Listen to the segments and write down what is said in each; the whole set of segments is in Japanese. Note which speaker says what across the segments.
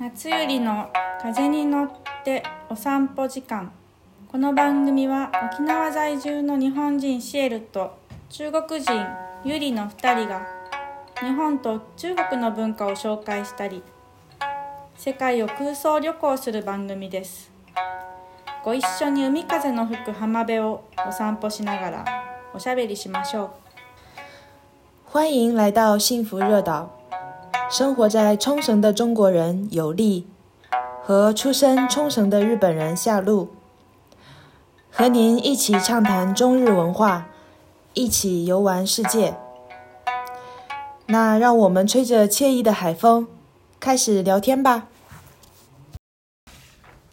Speaker 1: 夏ゆりの風に乗ってお散歩時間この番組は沖縄在住の日本人シエルと中国人ゆりの2人が日本と中国の文化を紹介したり世界を空想旅行する番組ですご一緒に海風の吹く浜辺をお散歩しながらおしゃべりしましょう
Speaker 2: 欢迎来到幸福热岛。生活在冲绳的中国人有利和出身冲绳的日本人夏露，和您一起畅谈中日文化，一起游玩世界。那让我们吹着惬意的海风，开始聊天吧。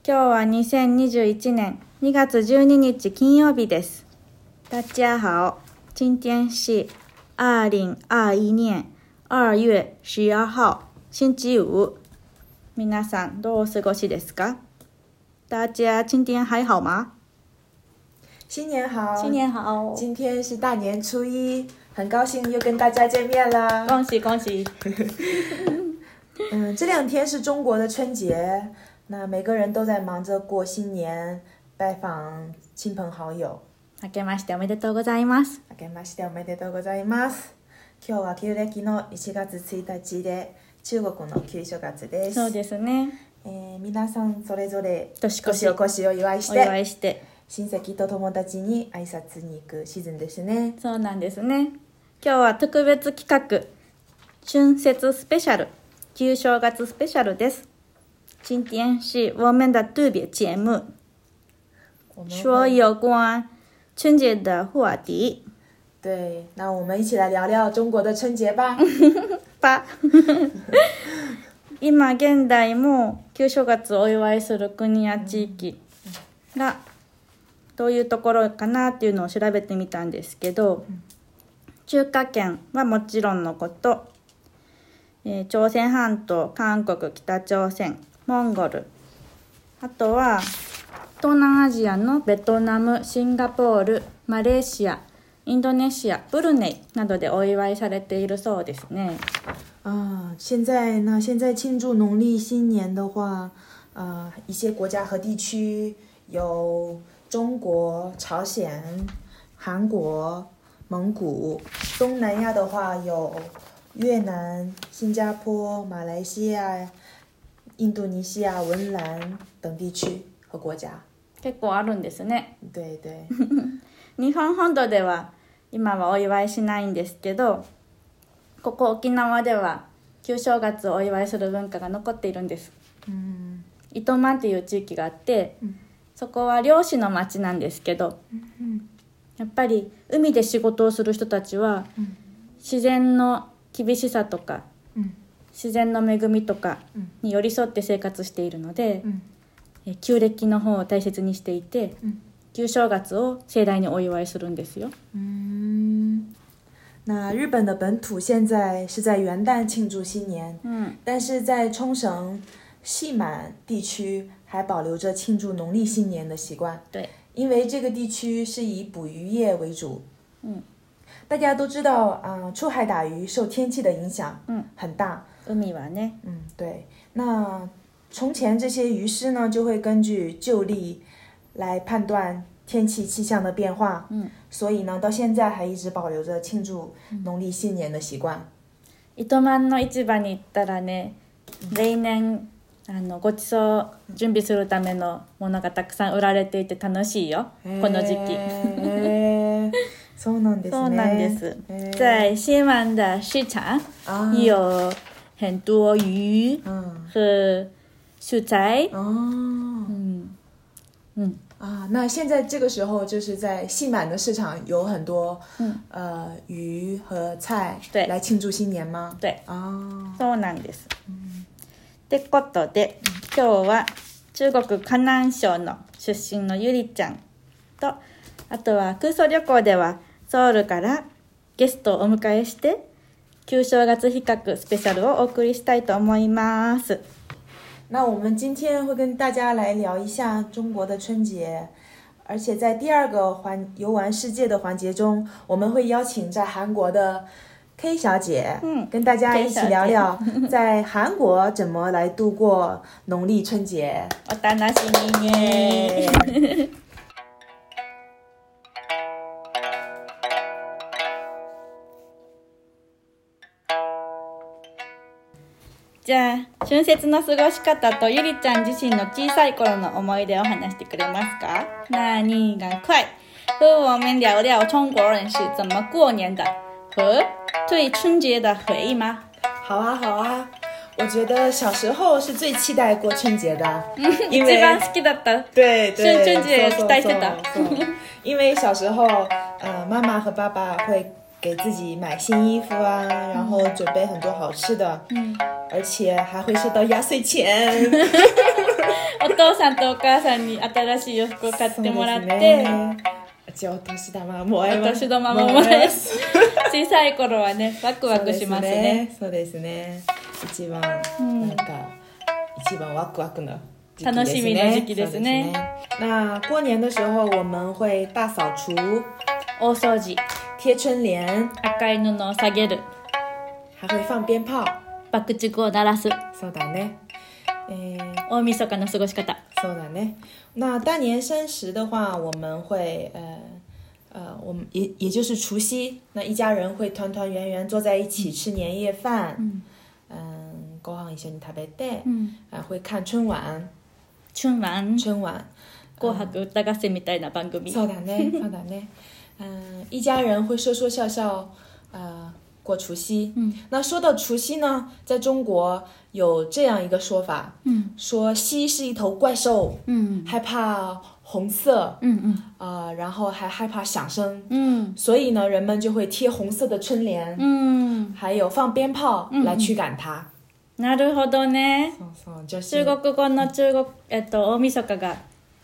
Speaker 1: 今日は2021年2月12日金曜日です。大家好，今天是二零二一年二月十二号星期五。皆さんどうお過ごしですか？大家今天还好吗？
Speaker 2: 新年好！！
Speaker 1: 好
Speaker 2: 今天是大年初一，很高兴又跟大家见面啦。
Speaker 1: 恭喜恭喜！
Speaker 2: 嗯，这两天是中国的春节，那每个人都在忙着过新年，拜访亲朋好友。
Speaker 1: 明けましておめでとうございます。
Speaker 2: 明けましておめでとうございます。今日は旧暦の1月1日で中国の旧正月です。
Speaker 1: そうですね。
Speaker 2: えー皆さんそれぞれ
Speaker 1: 年越し
Speaker 2: を越しを祝いし
Speaker 1: お祝
Speaker 2: て
Speaker 1: いして、
Speaker 2: 親戚と友達に挨拶に行くシーズンですね。
Speaker 1: そうなんですね。今日は特別企画、春節スペシャル、旧正月スペシャルです。今天是我们的特别节目，
Speaker 2: 我们
Speaker 1: 说有关春节的话题
Speaker 2: 对，那我们一起来聊聊中国的春节吧。
Speaker 1: 吧。今現代も旧正月をお祝いする国や地域がどういうところかなっていうのを調べてみたんですけど中華圏はもちろんのこと、えー朝鮮半島韓国北朝鮮モンゴルあとは東南アジアのベトナムシンガポールマレーシアインドネシアブルネイなどでお祝いされているそうですね。
Speaker 2: 啊，现在那现在庆祝农历新年的话，呃，一些国家和地区有中国、朝鲜、韩国、蒙古；东南亚的话有越南、新加坡、马来西亚、印度尼西亚、文莱等地区和国家。
Speaker 1: 結構あるんですね
Speaker 2: 对对，
Speaker 1: 日本本土では今はお祝いしないんですけどここ沖縄では旧正月をお祝いする文化が残っているんです
Speaker 2: 嗯
Speaker 1: 糸満っていう地域があって
Speaker 2: 嗯
Speaker 1: そこは漁師の町なんですけど
Speaker 2: 嗯
Speaker 1: やっぱり海で仕事をする人たちは
Speaker 2: 嗯
Speaker 1: 自然の厳しさとか
Speaker 2: 嗯
Speaker 1: 自然の恵みとか
Speaker 2: 嗯
Speaker 1: に寄り添って生活しているので、え
Speaker 2: 嗯
Speaker 1: ー旧暦の方を大切にしていて
Speaker 2: 嗯。
Speaker 1: 旧正月を盛大にお祝いするんですよ。
Speaker 2: 嗯，那日本的本土现在是在元旦庆祝新年，
Speaker 1: うん、
Speaker 2: 但是在冲绳、细满地区还保留着庆祝农历新年的习惯，
Speaker 1: 对，
Speaker 2: 因为这个地区是以捕鱼业为主。
Speaker 1: 嗯，
Speaker 2: 大家都知道啊、出海打鱼受天气的影响，
Speaker 1: 嗯，
Speaker 2: 很大。
Speaker 1: 海はね、
Speaker 2: 嗯，对。那从前这些渔师呢，就会根据旧历来判断天气气象的变化。
Speaker 1: 嗯，
Speaker 2: 所以呢，到现在还一直保留着庆祝农历新年的习惯。
Speaker 1: 糸満の市場に行ったらね、例年あのごちそう準備するためのものがたくさん売られていて楽しいよ。この 時期。
Speaker 2: へーそうなんですね。
Speaker 1: そうなんです
Speaker 2: へ。ー
Speaker 1: 在西湾的市场
Speaker 2: 啊，
Speaker 1: 有很多鱼
Speaker 2: 嗯，
Speaker 1: 和蔬菜。
Speaker 2: 哦，
Speaker 1: 嗯，嗯，
Speaker 2: 啊，那现在这个时候就是在细满的市场有很多，
Speaker 1: 嗯，
Speaker 2: 呃，鱼和菜，
Speaker 1: 对
Speaker 2: 来庆祝新年吗？
Speaker 1: 对。
Speaker 2: 啊，
Speaker 1: そうなんです。ってことで今日は中国河南省の出身のゆりちゃんとあとは空想旅行ではソウルからゲストをお迎えして旧正月比較スペシャルをお送りしたいと思います。
Speaker 2: 那我们今天会跟大家来聊一下中国的春节，而且在第二个环游玩世界的环节中，我们会邀请在韩国的 K 小姐，
Speaker 1: 嗯
Speaker 2: 跟大家
Speaker 1: K
Speaker 2: 一起
Speaker 1: 小
Speaker 2: 聊
Speaker 1: 姐
Speaker 2: 聊在韩国怎么来度过农历 春节。
Speaker 1: お楽しみに。じゃあ春節の過ごし方とゆりちゃん自身の小さい頃の思い出を話してくれますか？那你赶快和我们聊聊中国人是怎么过年的，和对春节的回忆吗？
Speaker 2: 好啊，好啊，我觉得小时候是最期待过春节的，因
Speaker 1: 一
Speaker 2: 为
Speaker 1: 番好きだった。
Speaker 2: 对
Speaker 1: 是
Speaker 2: 对，
Speaker 1: 春节
Speaker 2: 送送
Speaker 1: 带着的
Speaker 2: 送送因为小时候，呃，妈妈和爸爸会给自己买新衣服啊，然后准备很多好吃的，嗯，而且还会收到压岁钱，
Speaker 1: お父さんとお母さんに新しい洋服を買っ
Speaker 2: 送
Speaker 1: て
Speaker 2: 给
Speaker 1: もらっ
Speaker 2: 姊妹
Speaker 1: て。
Speaker 2: 叫我都是大妈，我爱
Speaker 1: お
Speaker 2: 妈
Speaker 1: 年玉ももらえます。小さい頃はね、ワクワクしますね。。
Speaker 2: そうですね。そうですね一番、なんか一番ワクワクの時期ですね
Speaker 1: 楽しみな時期ですね。
Speaker 2: そうです那过年的时候，我们会大扫除、
Speaker 1: 大掃除、
Speaker 2: 贴春联，
Speaker 1: 赤い布を下げる、
Speaker 2: 还会放鞭炮。
Speaker 1: 爆竹を鳴らす、
Speaker 2: そうだね。诶，
Speaker 1: 大晦日の過ごし方。
Speaker 2: そうだね。那大年三十的话，我们会呃呃，我们也也就是除夕，那一家人会团团圆圆坐在一起吃年夜饭。嗯。嗯，ご飯一緒に食べて。
Speaker 1: うん。
Speaker 2: 啊，会看春晚，
Speaker 1: 春晚、
Speaker 2: 春晚，
Speaker 1: 紅白歌合戦みたいな番組。
Speaker 2: 扫打 内，扫打内，嗯，一家人会说说笑笑，呃，过除夕。嗯，那说到除夕呢，在中国有这样一个说法，
Speaker 1: 嗯，
Speaker 2: 说夕是一头怪兽，
Speaker 1: うん。
Speaker 2: 害怕红色，
Speaker 1: うん
Speaker 2: 呃，然后还害怕响声，
Speaker 1: うん。
Speaker 2: 所以呢，人们就会贴红色的春联，
Speaker 1: うん。うん。
Speaker 2: 还有放鞭炮来驱赶它。
Speaker 1: なるほどね。
Speaker 2: 嗯嗯，就是
Speaker 1: 中国語の中国、えっと、大晦日が、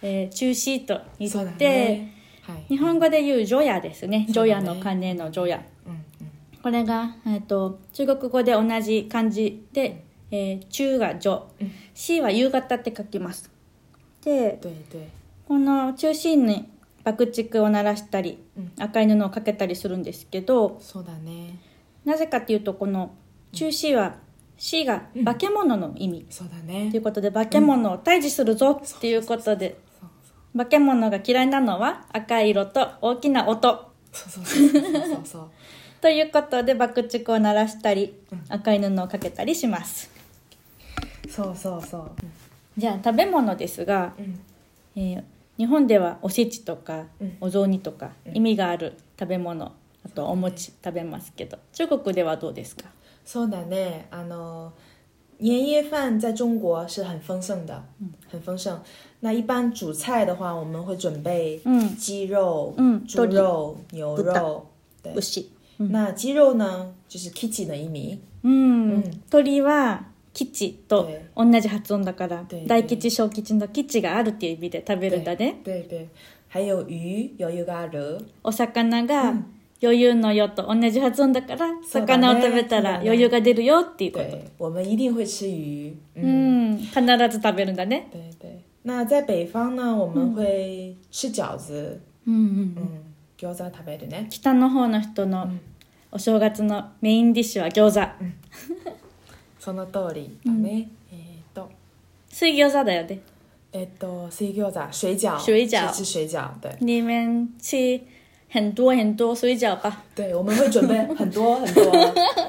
Speaker 1: えー、中止と言
Speaker 2: そうだ
Speaker 1: って、
Speaker 2: ね。はい。
Speaker 1: 日本語で言う除夜ですね。
Speaker 2: そ
Speaker 1: 除
Speaker 2: う
Speaker 1: 夜
Speaker 2: だね
Speaker 1: の鐘の除夜。
Speaker 2: 嗯嗯。
Speaker 1: これが、えっと中国語で同じ漢字で、えー中が女、
Speaker 2: うん
Speaker 1: 死は夕方って書きます。で、
Speaker 2: 对对，
Speaker 1: この中心に爆竹を鳴らしたり、
Speaker 2: うん
Speaker 1: 赤い布をかけたりするんですけど、
Speaker 2: そうだね。
Speaker 1: なぜかっていうと、この中死は、死が化け物の意味。
Speaker 2: そうだね
Speaker 1: という。ことで、化け物を退治するぞっていうことで、
Speaker 2: そう
Speaker 1: 化け物が嫌いなのは赤い色と大きな音。
Speaker 2: そうそうそうそうそうそう。
Speaker 1: ということで、爆竹を鳴らしたり、赤い布をかけたりします。
Speaker 2: そうそうそう。
Speaker 1: じゃあ食べ物ですが、
Speaker 2: うん
Speaker 1: えー日本ではおせちとか
Speaker 2: うん
Speaker 1: お雑煮とか意味がある食べ物あとお餅食べますけど中国ではどうですか
Speaker 2: そうだね。あの啊年夜饭在中国是很丰盛的，很丰盛。那一般主菜的话，我们会准备
Speaker 1: うん
Speaker 2: 鸡肉、
Speaker 1: 嗯
Speaker 2: 猪肉、牛肉。对，
Speaker 1: 牛
Speaker 2: 那鸡肉呢，就是 kitty 的一米。
Speaker 1: うん、
Speaker 2: うん
Speaker 1: 鳥は吉と同じ発音だから
Speaker 2: 对
Speaker 1: 大吉小吉の吉があるっていう意味で食べるんだね
Speaker 2: 对对，还有鱼，有鱼干儿。
Speaker 1: お魚が余裕のよと同じ発音だから
Speaker 2: そうだね
Speaker 1: 魚を食べたら
Speaker 2: そうだね
Speaker 1: 余裕が出るよっていうこと
Speaker 2: 对，我们一定会吃鱼。嗯
Speaker 1: うん必ず食べるんだね
Speaker 2: 对对，那在北方呢，我们会吃饺子，
Speaker 1: うんうん
Speaker 2: 嗯，餃子食べるね。
Speaker 1: 北の方の人のお正月のメインディッシュは餃子
Speaker 2: その通りだね。えーっと、
Speaker 1: 水餃子だよね
Speaker 2: えーっと、水餃子、水饺，
Speaker 1: 水饺
Speaker 2: 是吃水饺，对
Speaker 1: 你们吃很多很多水饺吧
Speaker 2: 对，我们会准备很多很多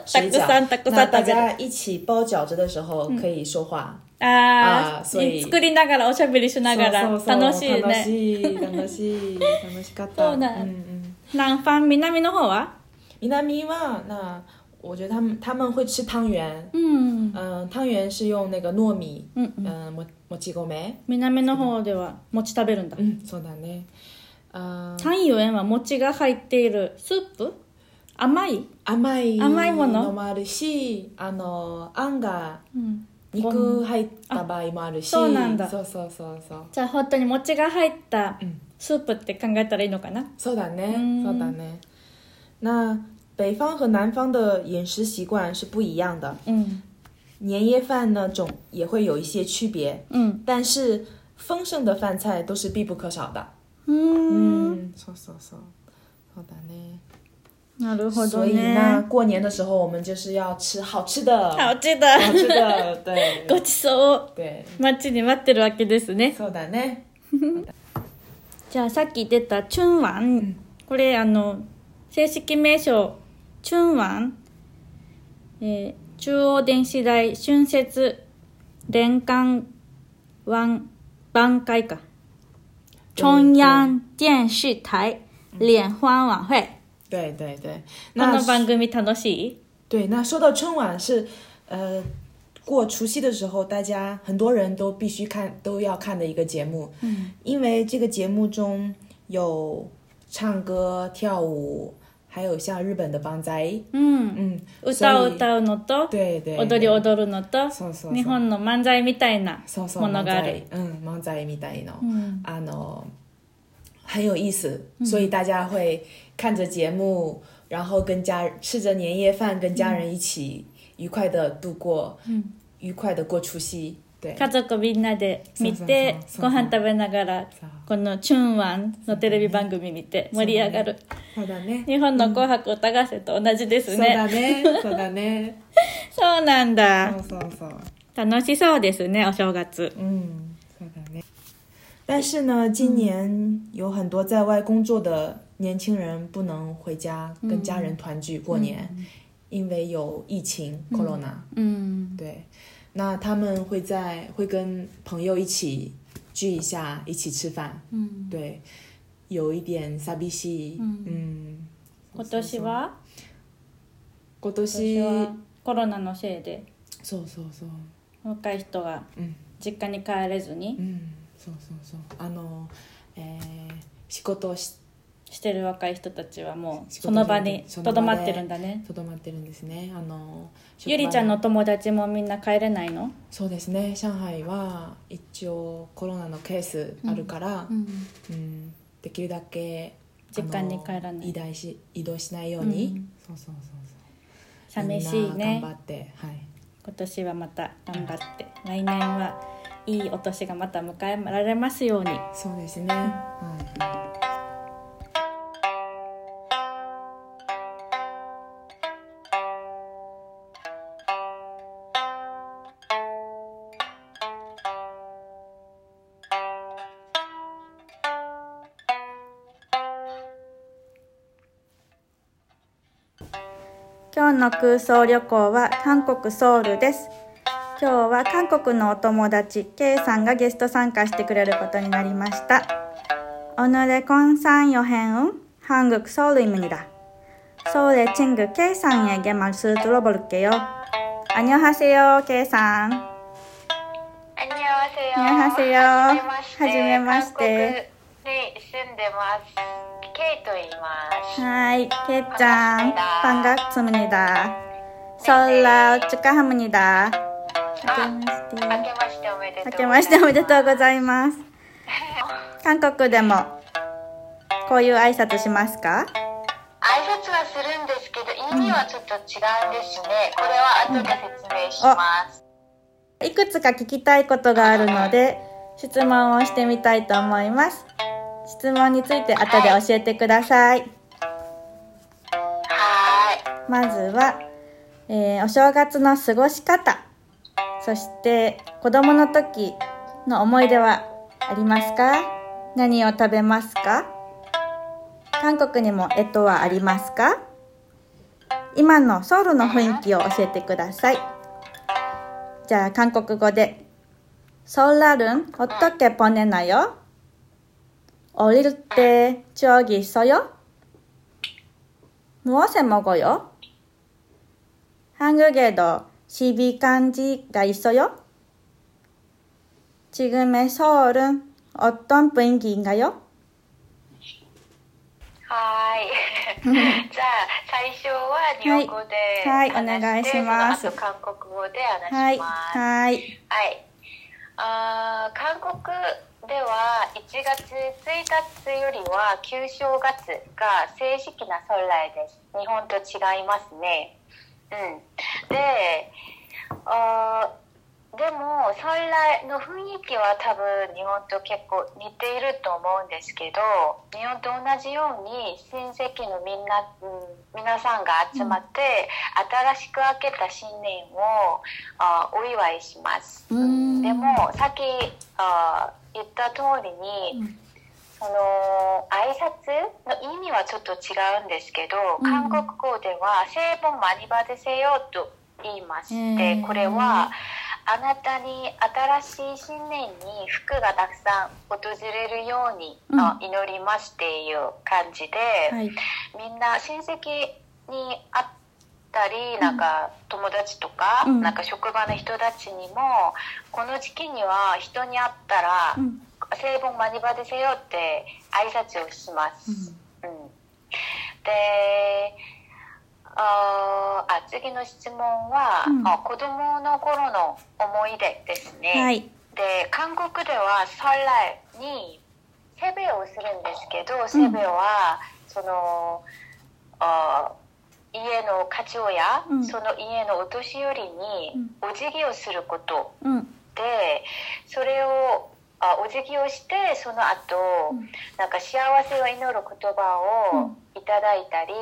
Speaker 2: 水
Speaker 1: たくさんた
Speaker 2: 饺
Speaker 1: く。さん
Speaker 2: 那
Speaker 1: 食べ
Speaker 2: 大
Speaker 1: る
Speaker 2: 家一起包饺子的时候可以说话，
Speaker 1: あ
Speaker 2: あー
Speaker 1: あ
Speaker 2: そうい
Speaker 1: 作りながらおしゃべりしながら
Speaker 2: そうそうそう
Speaker 1: 楽しい
Speaker 2: 楽
Speaker 1: ね
Speaker 2: しい楽しい楽しかった。
Speaker 1: そうだ
Speaker 2: 嗯嗯，
Speaker 1: 南方南の方は
Speaker 2: 南は那我觉得他们他们会吃汤圆，
Speaker 1: うん
Speaker 2: 嗯，汤圆是用那个糯米，
Speaker 1: うん
Speaker 2: 嗯，ももち米，
Speaker 1: 南の方では餅食べるんだ
Speaker 2: 嗯，そうだね。嗯，
Speaker 1: 三遊園は餅が入っているスープ甘い
Speaker 2: 甘い
Speaker 1: 甘いもの
Speaker 2: もあるしあのあんが
Speaker 1: うん
Speaker 2: 肉入った場合もあるし
Speaker 1: あそうなんだ
Speaker 2: そうそうそうそう
Speaker 1: じゃあ本当に餅が入った
Speaker 2: うん
Speaker 1: スープって考えたらいいのかな
Speaker 2: そうだね
Speaker 1: 嗯
Speaker 2: そうだね那北方和南方的饮食习惯是不一样的
Speaker 1: うん
Speaker 2: 年夜饭呢总也会有一些区别
Speaker 1: うん
Speaker 2: 但是丰盛的饭菜都是必不可少的嗯
Speaker 1: うん
Speaker 2: そうそうそうそうだね
Speaker 1: なるほど
Speaker 2: 所以那
Speaker 1: ね。
Speaker 2: 过年的时候我们就是要吃好吃的，
Speaker 1: 好吃
Speaker 2: 好
Speaker 1: だ。
Speaker 2: 吃的， 对
Speaker 1: ごちそうを
Speaker 2: 对，
Speaker 1: 待ちに待ってるわけですね。
Speaker 2: そうだね。
Speaker 1: じゃあさっき出たチュンワン、これあの正式名称チュンワン、えー中央電子台春節連環湾晩会か中央電子台联欢晚会
Speaker 2: 对对对，
Speaker 1: こ
Speaker 2: 那
Speaker 1: の番組楽しい
Speaker 2: 对那说到春晚是，呃，过除夕的时候，大家很多人都必须看都要看的一个节目，嗯，因为这个节目中有唱歌、跳舞，还有像日本的帮仔，
Speaker 1: うん
Speaker 2: 嗯，
Speaker 1: 歌を
Speaker 2: 所以
Speaker 1: 歌うのと
Speaker 2: 对对，
Speaker 1: 踊り踊るのと
Speaker 2: そうそうそう
Speaker 1: 日本の漫才みたいな
Speaker 2: そうそう
Speaker 1: ものがある
Speaker 2: 漫才嗯，漫才みたいな。
Speaker 1: うん
Speaker 2: 啊喏，很有意思，所以大家会看着节目，然后跟家吃着年夜饭，跟家人一起愉快的度过，
Speaker 1: 嗯，
Speaker 2: 愉快的过除夕，对，
Speaker 1: 家族みんなで見て
Speaker 2: そうそ
Speaker 1: ご
Speaker 2: うそう
Speaker 1: 飯食べながら
Speaker 2: そう
Speaker 1: この「チュンワン」のテレビ番組見て盛り上がる
Speaker 2: そうだね，
Speaker 1: 日本の「紅白歌合戦」と同じで
Speaker 2: そ
Speaker 1: す
Speaker 2: うだ
Speaker 1: ね
Speaker 2: ね、 そうだね，
Speaker 1: そうなんだ
Speaker 2: そうそうそう。
Speaker 1: 楽しそうですねお正月
Speaker 2: 嗯，そうだね。但是呢，今年有很多在外工作的年轻人不能回家跟家人团聚过年，因为有疫情、corona。
Speaker 1: うん
Speaker 2: 对，那他们会在会跟朋友一起聚一下，一起吃饭。
Speaker 1: うん
Speaker 2: 对，有一点寂しい。
Speaker 1: 嗯
Speaker 2: 嗯，
Speaker 1: 今年は
Speaker 2: 今
Speaker 1: 今
Speaker 2: 年
Speaker 1: 年はコロナのせいで
Speaker 2: そうそうそう。
Speaker 1: 若い人が
Speaker 2: うん
Speaker 1: 実家に帰れずに
Speaker 2: うん、そうそうそう。あの、えー、啊仕事をし
Speaker 1: してる若い人たちはもう
Speaker 2: 仕事
Speaker 1: その場に
Speaker 2: そ
Speaker 1: と
Speaker 2: の場で
Speaker 1: どまってるんだね
Speaker 2: とどまってるんですね。あの、
Speaker 1: ゆりちゃんの友達もみんな帰れないの
Speaker 2: そうですね。上海は一応コロナのケースあるから、うんできるだけ
Speaker 1: 実家に帰らない
Speaker 2: あの移動し移動しないように。
Speaker 1: うん
Speaker 2: そうそうそうそう。
Speaker 1: 寂しい
Speaker 2: みんな
Speaker 1: ね
Speaker 2: 頑張って、はい。
Speaker 1: 今年はまた頑張って来年はいいお年がまた迎えられますように
Speaker 2: そうですね。は
Speaker 1: 今日の空想旅行は韓国ソウルです今日は韓国のお友達 K さんがゲスト参加してくれることになりました오늘의건산여행은한국서울입니다 서울의 친구 K 상에게 말씀 들어볼게요 안녕하세요 K 상
Speaker 3: 안녕하세요.
Speaker 1: 안녕하세요. 하지메마시테.
Speaker 3: 한국에 네, 住んでます. 케이토 이마스.
Speaker 1: 하이 K 짱 반갑습니다 설날 축하합니다 하지마시테.
Speaker 3: 明けましておめでとう
Speaker 1: 明けましておめでとうご
Speaker 3: い
Speaker 1: ざいます。韓国でもこういう挨拶しますか？
Speaker 3: ます。挨拶はするんですけど、意味はちょっと違うんですね。これは後で説明します。
Speaker 1: いくつか聞きたいことがあるので質問をしてみたいと思います。質問について後で教えてください。
Speaker 3: は
Speaker 1: まずは、えーお正月の過ごし方、そして子供の時の思い出はありますか？何を食べますか？韓国にもえとはありますか？今のソウルの雰囲気を教えてください。じゃあ韓国語で、ソウラルン어떻게보내나요어릴때추억이있어요무엇에먹어요 한국에도 시비간지가 있어요? 지금의 서울은 어떤 분위기인가요?
Speaker 3: い。 はい。じゃあ、最初は日本語で
Speaker 1: はい
Speaker 3: 話して、
Speaker 1: はいお願いします
Speaker 3: その後韓国語で
Speaker 1: 하이,
Speaker 3: 話します。
Speaker 1: 하이.
Speaker 3: はい。あー韓国では1月1日よりは旧正月が正式なソ来です。日本と違いますね。うん。で、あーでも、ソンライの雰囲気は多分日本と結構似ていると思うんですけど、日本と同じように親戚のみんな、うん皆さんが集まって、新しく明けた新年をあお祝いします。
Speaker 1: うん
Speaker 3: でも、さっきあ言った通りに、その挨拶の意味はちょっと違うんですけど、
Speaker 1: うん
Speaker 3: 韓国語では「聖本マニバデセよ」と言いまして、
Speaker 1: へー
Speaker 3: これはあなたに新しい新年に福がたくさん訪れるように、
Speaker 1: うん
Speaker 3: あ祈りますっていう感じで、
Speaker 1: はい。
Speaker 3: みんな親戚に会ったりなんか友達とか、
Speaker 1: うん
Speaker 3: なんか職場の人たちにもこの時期には人に会ったら、
Speaker 1: うん。
Speaker 3: 聖本マニバでせよって挨拶をします。うんであーあ次の質問は、
Speaker 1: うん
Speaker 3: あ子供の頃の思い出ですね。
Speaker 1: はい。
Speaker 3: で韓国では설날にセベをするんですけど、セベはそのあ家の家長や、
Speaker 1: うん
Speaker 3: その家のお年寄りに
Speaker 1: うん
Speaker 3: お辞儀をすること。
Speaker 1: うん。
Speaker 3: でそれをあお辞儀をしてその後、
Speaker 1: うん
Speaker 3: なんか幸せを祈る言葉をいただいたり、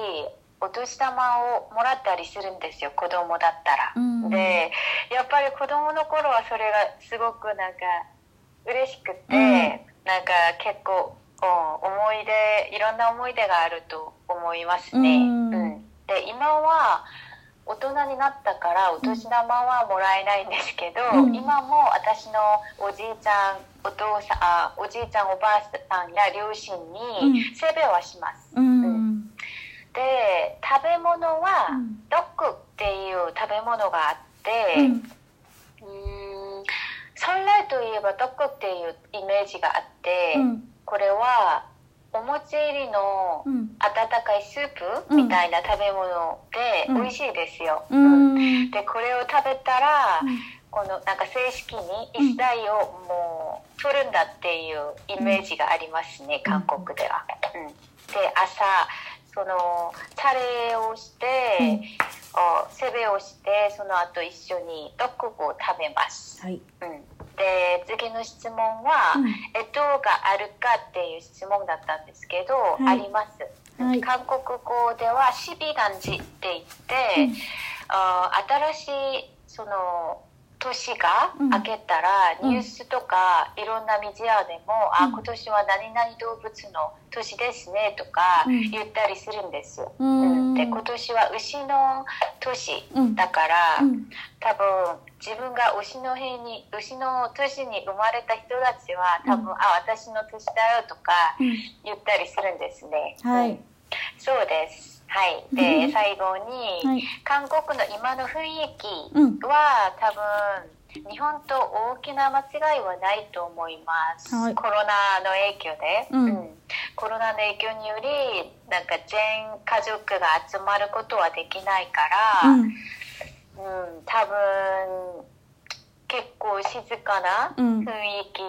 Speaker 3: お年玉をもらったりするんですよ子供だった
Speaker 1: う
Speaker 3: ら。
Speaker 1: ん
Speaker 3: でやっぱり子供の頃はそれがすごくなんか嬉しくて、
Speaker 1: うん
Speaker 3: なんか結構、うん思い出いろんな思い出があると思いますね。
Speaker 1: うん
Speaker 3: で今は大人になったからお年玉はもらえないんですけど、
Speaker 1: うん
Speaker 3: 今も私のおじいちゃんお父さんあおじいちゃんおばあさんや両親
Speaker 1: う
Speaker 3: にせべはします、
Speaker 1: うん。
Speaker 3: で食べ物
Speaker 1: う
Speaker 3: は
Speaker 1: ん
Speaker 3: ドックっていう食べ物があって、
Speaker 1: うん
Speaker 3: うーんソンライといえばドックっていうイメージがあって、
Speaker 1: うん。
Speaker 3: これはお餅入りの
Speaker 1: うん。
Speaker 3: 温かいスープみたいな食べ物で
Speaker 1: うん
Speaker 3: 美味しいですよ、
Speaker 1: うーん。
Speaker 3: でこれを食べたら、
Speaker 1: うん
Speaker 3: このなんか正式に一切をもう取るんだっていうイメージがありますね、韓国では。うん、で朝そのタレをして、
Speaker 1: うん
Speaker 3: おセベをしてその後一緒にドッグを食べます。
Speaker 1: はい。
Speaker 3: うん、で次の質問は、
Speaker 1: うん
Speaker 3: えどうがあるかっていう質問だったんですけど、
Speaker 1: い
Speaker 3: あります。
Speaker 1: はい
Speaker 3: 韓国語では「シビガンジ」って言っ
Speaker 1: う
Speaker 3: て、
Speaker 1: ん
Speaker 3: あー新しいその年が
Speaker 1: うん
Speaker 3: 明けたら、
Speaker 1: うん
Speaker 3: ニュースとかいろんなメディアでも「
Speaker 1: う
Speaker 3: あ
Speaker 1: ん
Speaker 3: 今年は何々動物の年ですね」とか
Speaker 1: うん
Speaker 3: 言ったりするんですよ。
Speaker 1: うん
Speaker 3: で今年は牛の年
Speaker 1: うん
Speaker 3: だから、
Speaker 1: うん。
Speaker 3: 多分自分が牛の辺に牛の年に生まれた人たちは多分、
Speaker 1: うん
Speaker 3: あ私の年だよとか
Speaker 1: うん
Speaker 3: 言ったりするんですね。
Speaker 1: はい。
Speaker 3: そうです。はい。で、最後に、
Speaker 1: はい
Speaker 3: 韓国の今の雰囲
Speaker 1: うん
Speaker 3: 気は、多分、日本と大きな間違いはないと思います。
Speaker 1: はい
Speaker 3: コロナの影響で、
Speaker 1: うん
Speaker 3: コロナの影響により、なんか全家族が集まることはできないから、
Speaker 1: うん。
Speaker 3: うん、多分結構静かな
Speaker 1: う
Speaker 3: 雰
Speaker 1: ん
Speaker 3: 囲。気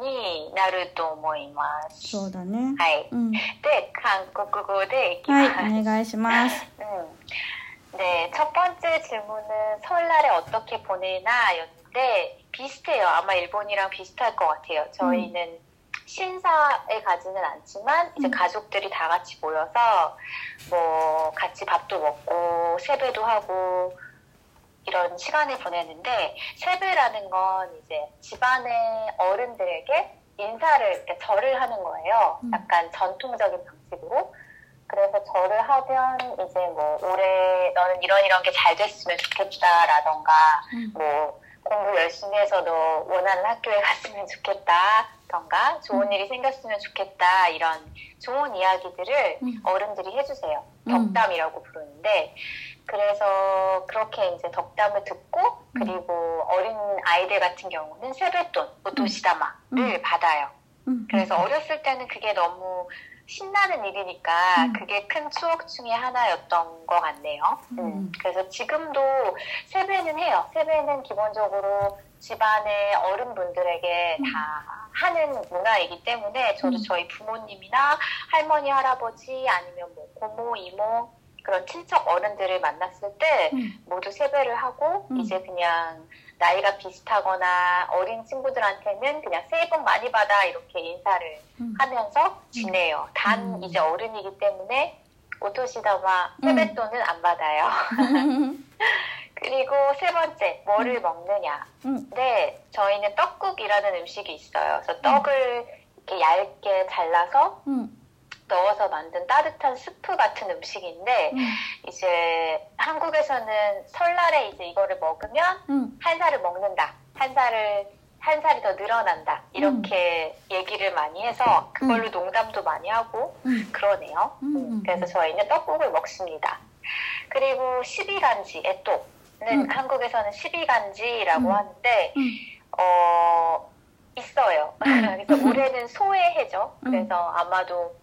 Speaker 3: になると思います。
Speaker 1: そうだね。
Speaker 3: はい。
Speaker 1: うん。
Speaker 3: で、韓国語でいきます。
Speaker 1: はい。お願いします。
Speaker 3: 음. 네, 첫 번째 질문은 설날에 어떻게 보내나였는데 비슷해요. 아마 일본이랑 비슷할 것 같아요. 저희는 신사에 가지는 않지만 이제
Speaker 1: 음.
Speaker 3: 가족들이 다 같이 모여서 뭐 같이 밥도 먹고 세배도 하고 이런 시간을 보내는데 세배라는 건 이제 집안의 어른들에게 인사를 이렇게 절을 하는 거예요.
Speaker 1: 음.
Speaker 3: 약간 전통적인 방식으로. 그래서 절을 하면 이제 뭐 올해 너는 이런 이런 게 잘 됐으면 좋겠다라던가
Speaker 1: 음.
Speaker 3: 뭐 공부 열심히 해서 너 원하는 학교에 갔으면 좋겠다던가 좋은
Speaker 1: 음.
Speaker 3: 일이 생겼으면 좋겠다 이런 좋은 이야기들을
Speaker 1: 음.
Speaker 3: 어른들이 해주세요.
Speaker 1: 음.
Speaker 3: 덕담이라고 부르는데 그래서 그렇게 이제 덕담을 듣고
Speaker 1: 음.
Speaker 3: 그리고 어린 아이들 같은 경우는 세뱃돈, 오토시다마를
Speaker 1: 음.
Speaker 3: 받아요.
Speaker 1: うん。
Speaker 3: 그래서 어렸을 때는 그게 너무 신나는 일이니까
Speaker 1: 음.
Speaker 3: 그게 큰 추억 중에 하나였던 것 같네요. 음,
Speaker 1: 음.
Speaker 3: 그래서 지금도 세배는 해요. 세배는 기본적으로 집안의 어른분들에게
Speaker 1: 음.
Speaker 3: 다 하는 문화이기 때문에 저도
Speaker 1: 음.
Speaker 3: 저희 부모님이나 할머니, 할아버지 아니면 뭐 고모, 이모 그런 친척 어른들을 만났을 때
Speaker 1: 음.
Speaker 3: 모두 세배를 하고
Speaker 1: 음.
Speaker 3: 이제 그냥 나이가 비슷하거나 어린 친구들한테는 그냥 새해 복 많이 받아 이렇게 인사를
Speaker 1: 음.
Speaker 3: 하면서 지내요. 단
Speaker 2: 음.
Speaker 3: 이제 어른이기 때문에 오토시다마 세뱃돈은 안 받아요. 그리고 세 번째 뭐를 먹느냐.
Speaker 1: 음.
Speaker 3: 네, 저희는 떡국이라는 음식이 있어요. 그래서 떡을 이렇게 얇게 잘라서
Speaker 1: 음.
Speaker 3: 넣어서 만든 따뜻한 스프 같은 음식인데
Speaker 1: 음.
Speaker 3: 이제 한국에서는 설날에 이제 이거를 먹으면
Speaker 1: 음.
Speaker 3: 한 살을 먹는다. 한 살을 한 살이 더 늘어난다. 이렇게 얘기를 많이 해서 그걸로 농담도 많이 하고
Speaker 1: 음.
Speaker 3: 그러네요.
Speaker 1: 음, 음,
Speaker 3: 그래서 저희는 떡국을 먹습니다. 그리고 시비간지 애또는
Speaker 1: 음.
Speaker 3: 한국에서는 시비간지라고
Speaker 1: 음.
Speaker 3: 하는데
Speaker 1: 음.
Speaker 3: 어 있어요. 그래서 올해는 소의 해죠.
Speaker 1: 음.
Speaker 3: 그래서 아마도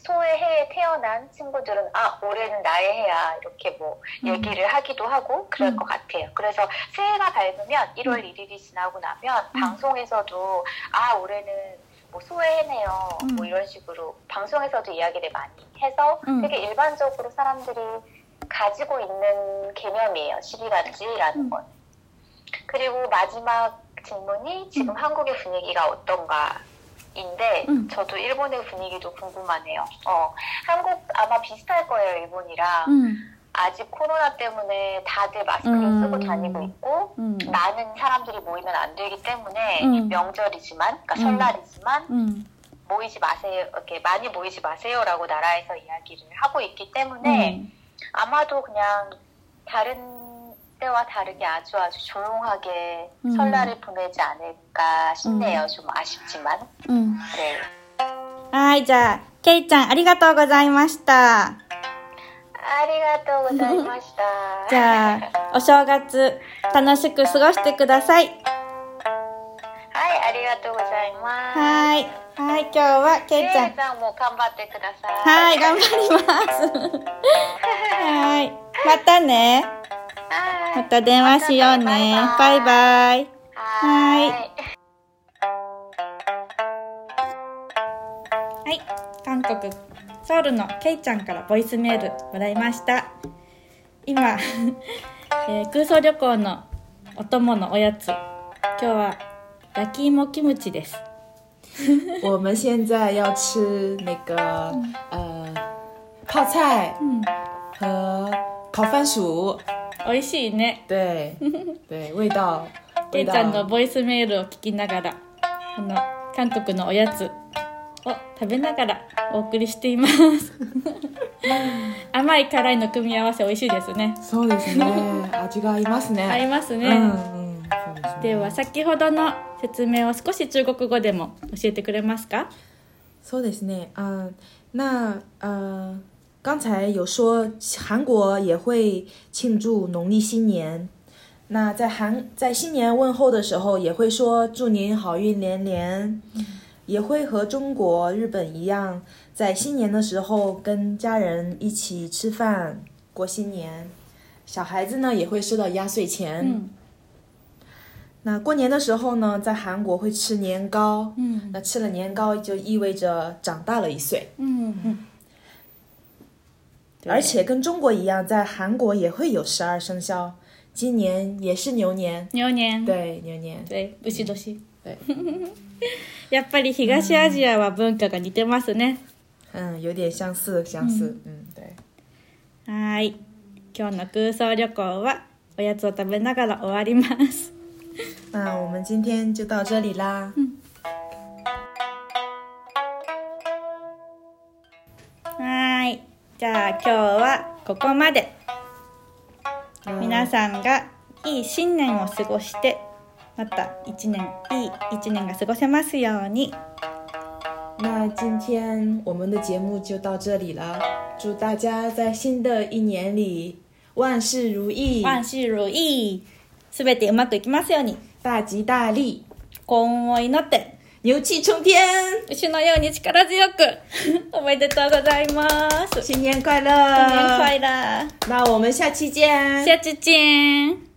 Speaker 3: 소의 해에 태어난 친구들은 아 올해는 나의 해야 이렇게 뭐
Speaker 1: 음.
Speaker 3: 얘기를 하기도 하고 그럴
Speaker 1: 음.
Speaker 3: 것 같아요. 그래서 새해가 밝으면 1월 1일이 지나고 나면
Speaker 1: 음.
Speaker 3: 방송에서도 아 올해는 뭐 소의 해네요.
Speaker 1: 음.
Speaker 3: 뭐 이런 식으로 방송에서도 이야기를 많이 해서
Speaker 1: 음.
Speaker 3: 되게 일반적으로 사람들이 가지고 있는 개념이에요. 시비간지라는
Speaker 1: 음.
Speaker 3: 건. 그리고 마지막 질문이 지금 한국의 분위기가 어떤가? 인데
Speaker 1: 음.
Speaker 3: 저도 일본의 분위기도 궁금하네요. 어, 한국 아마 비슷할 거예요 일본이랑
Speaker 1: 음.
Speaker 3: 아직 코로나 때문에 다들 마스크를
Speaker 1: 음.
Speaker 3: 쓰고 다니고 있고
Speaker 1: 음.
Speaker 3: 많은 사람들이 모이면 안 되기 때문에
Speaker 1: 음.
Speaker 3: 명절이지만 그러니까
Speaker 1: 음.
Speaker 3: 설날이지만
Speaker 1: 음.
Speaker 3: 모이지 마세요 이렇게 많이 모이지 마세요라고 나라에서 이야기를 하고 있기 때문에
Speaker 1: 음.
Speaker 3: 아마도 그냥 다른 때와 다르게 아주 아주 조용하게
Speaker 1: 음.
Speaker 3: 설날을 보내지 않을까 싶네요. 좀 아쉽지만.
Speaker 1: うん。うん。
Speaker 3: 네.
Speaker 1: はい、じゃあ、ケイちゃん、ありがとうございました。
Speaker 3: 아리가또 고자이마시다.
Speaker 1: じゃあ、お正月、楽しく過ごしてください。
Speaker 3: 하이, 아리가또 고자이마스.
Speaker 1: はい。はい、今日はケイちゃん。
Speaker 3: 세상 뭐 간바테 그다사.
Speaker 1: はい、頑張ります。 はい。またね。ま
Speaker 3: 하이.
Speaker 1: た電話しようね。バイバイ。
Speaker 3: 하이.
Speaker 1: はい、韓国ソウルのケイちゃんからボイスメールもらいました今、 えー空想旅行のお供のおやつ今日は焼き芋キムチです
Speaker 2: 我们现在要吃那个呃泡菜
Speaker 1: うん
Speaker 2: 和烤番薯，
Speaker 1: 美味しいね
Speaker 2: 对对，味道
Speaker 1: ケ
Speaker 2: 味
Speaker 1: イち
Speaker 2: 道
Speaker 1: ゃんのボイスメールを聞きながらこの韓国のおやつを食べながらお送りしています甘い辛いの組み合わせ美味しいですね
Speaker 2: そうですね、味が合いますね。
Speaker 1: 合いますね、
Speaker 2: 嗯嗯，そうですね
Speaker 1: では先ほどの説明を少し中国語でも教えてくれますか
Speaker 2: そうですね，嗯、那呃，刚才有说韩国也会庆祝农历新年，那在韩在新年问候的时候，也会说祝您好运连连，也会和中国、日本一样，在新年的时候跟家人一起吃饭过新年，小孩子呢也会收到压岁钱。
Speaker 1: 嗯
Speaker 2: 那过年的时候呢，在韩国会吃年糕，
Speaker 1: 嗯
Speaker 2: 那吃了年糕就意味着长大了一岁，
Speaker 1: 嗯，对
Speaker 2: 而且跟中国一样，在韩国也会有十二生肖，今年也是牛年，
Speaker 1: 牛年
Speaker 2: 对牛年，
Speaker 1: 对牛年
Speaker 2: 嗯对，
Speaker 1: やっぱり東アジアは文化が似てますね、
Speaker 2: 嗯，有点相似相似，嗯，对，
Speaker 1: はーい今日の空想旅行はおやつを食べながら終わります
Speaker 2: 那我们今天就到这里啦，
Speaker 1: はーいじゃあ今日はここまで
Speaker 2: 嗯
Speaker 1: 皆さんがいい新年を過ごしてまた一年いい一年が過ごせますように
Speaker 2: 那今天我们的节目就到这里了，祝大家在新的一年里万事如意，
Speaker 1: 万事如意すべてうまくいきますように
Speaker 2: 大吉大利，
Speaker 1: 幸運を祈って
Speaker 2: 牛气冲天，
Speaker 1: 牛のように力強くおめでとうございます新年
Speaker 2: 新年快乐，
Speaker 1: 快乐
Speaker 2: 那我们下期见，
Speaker 1: 下次见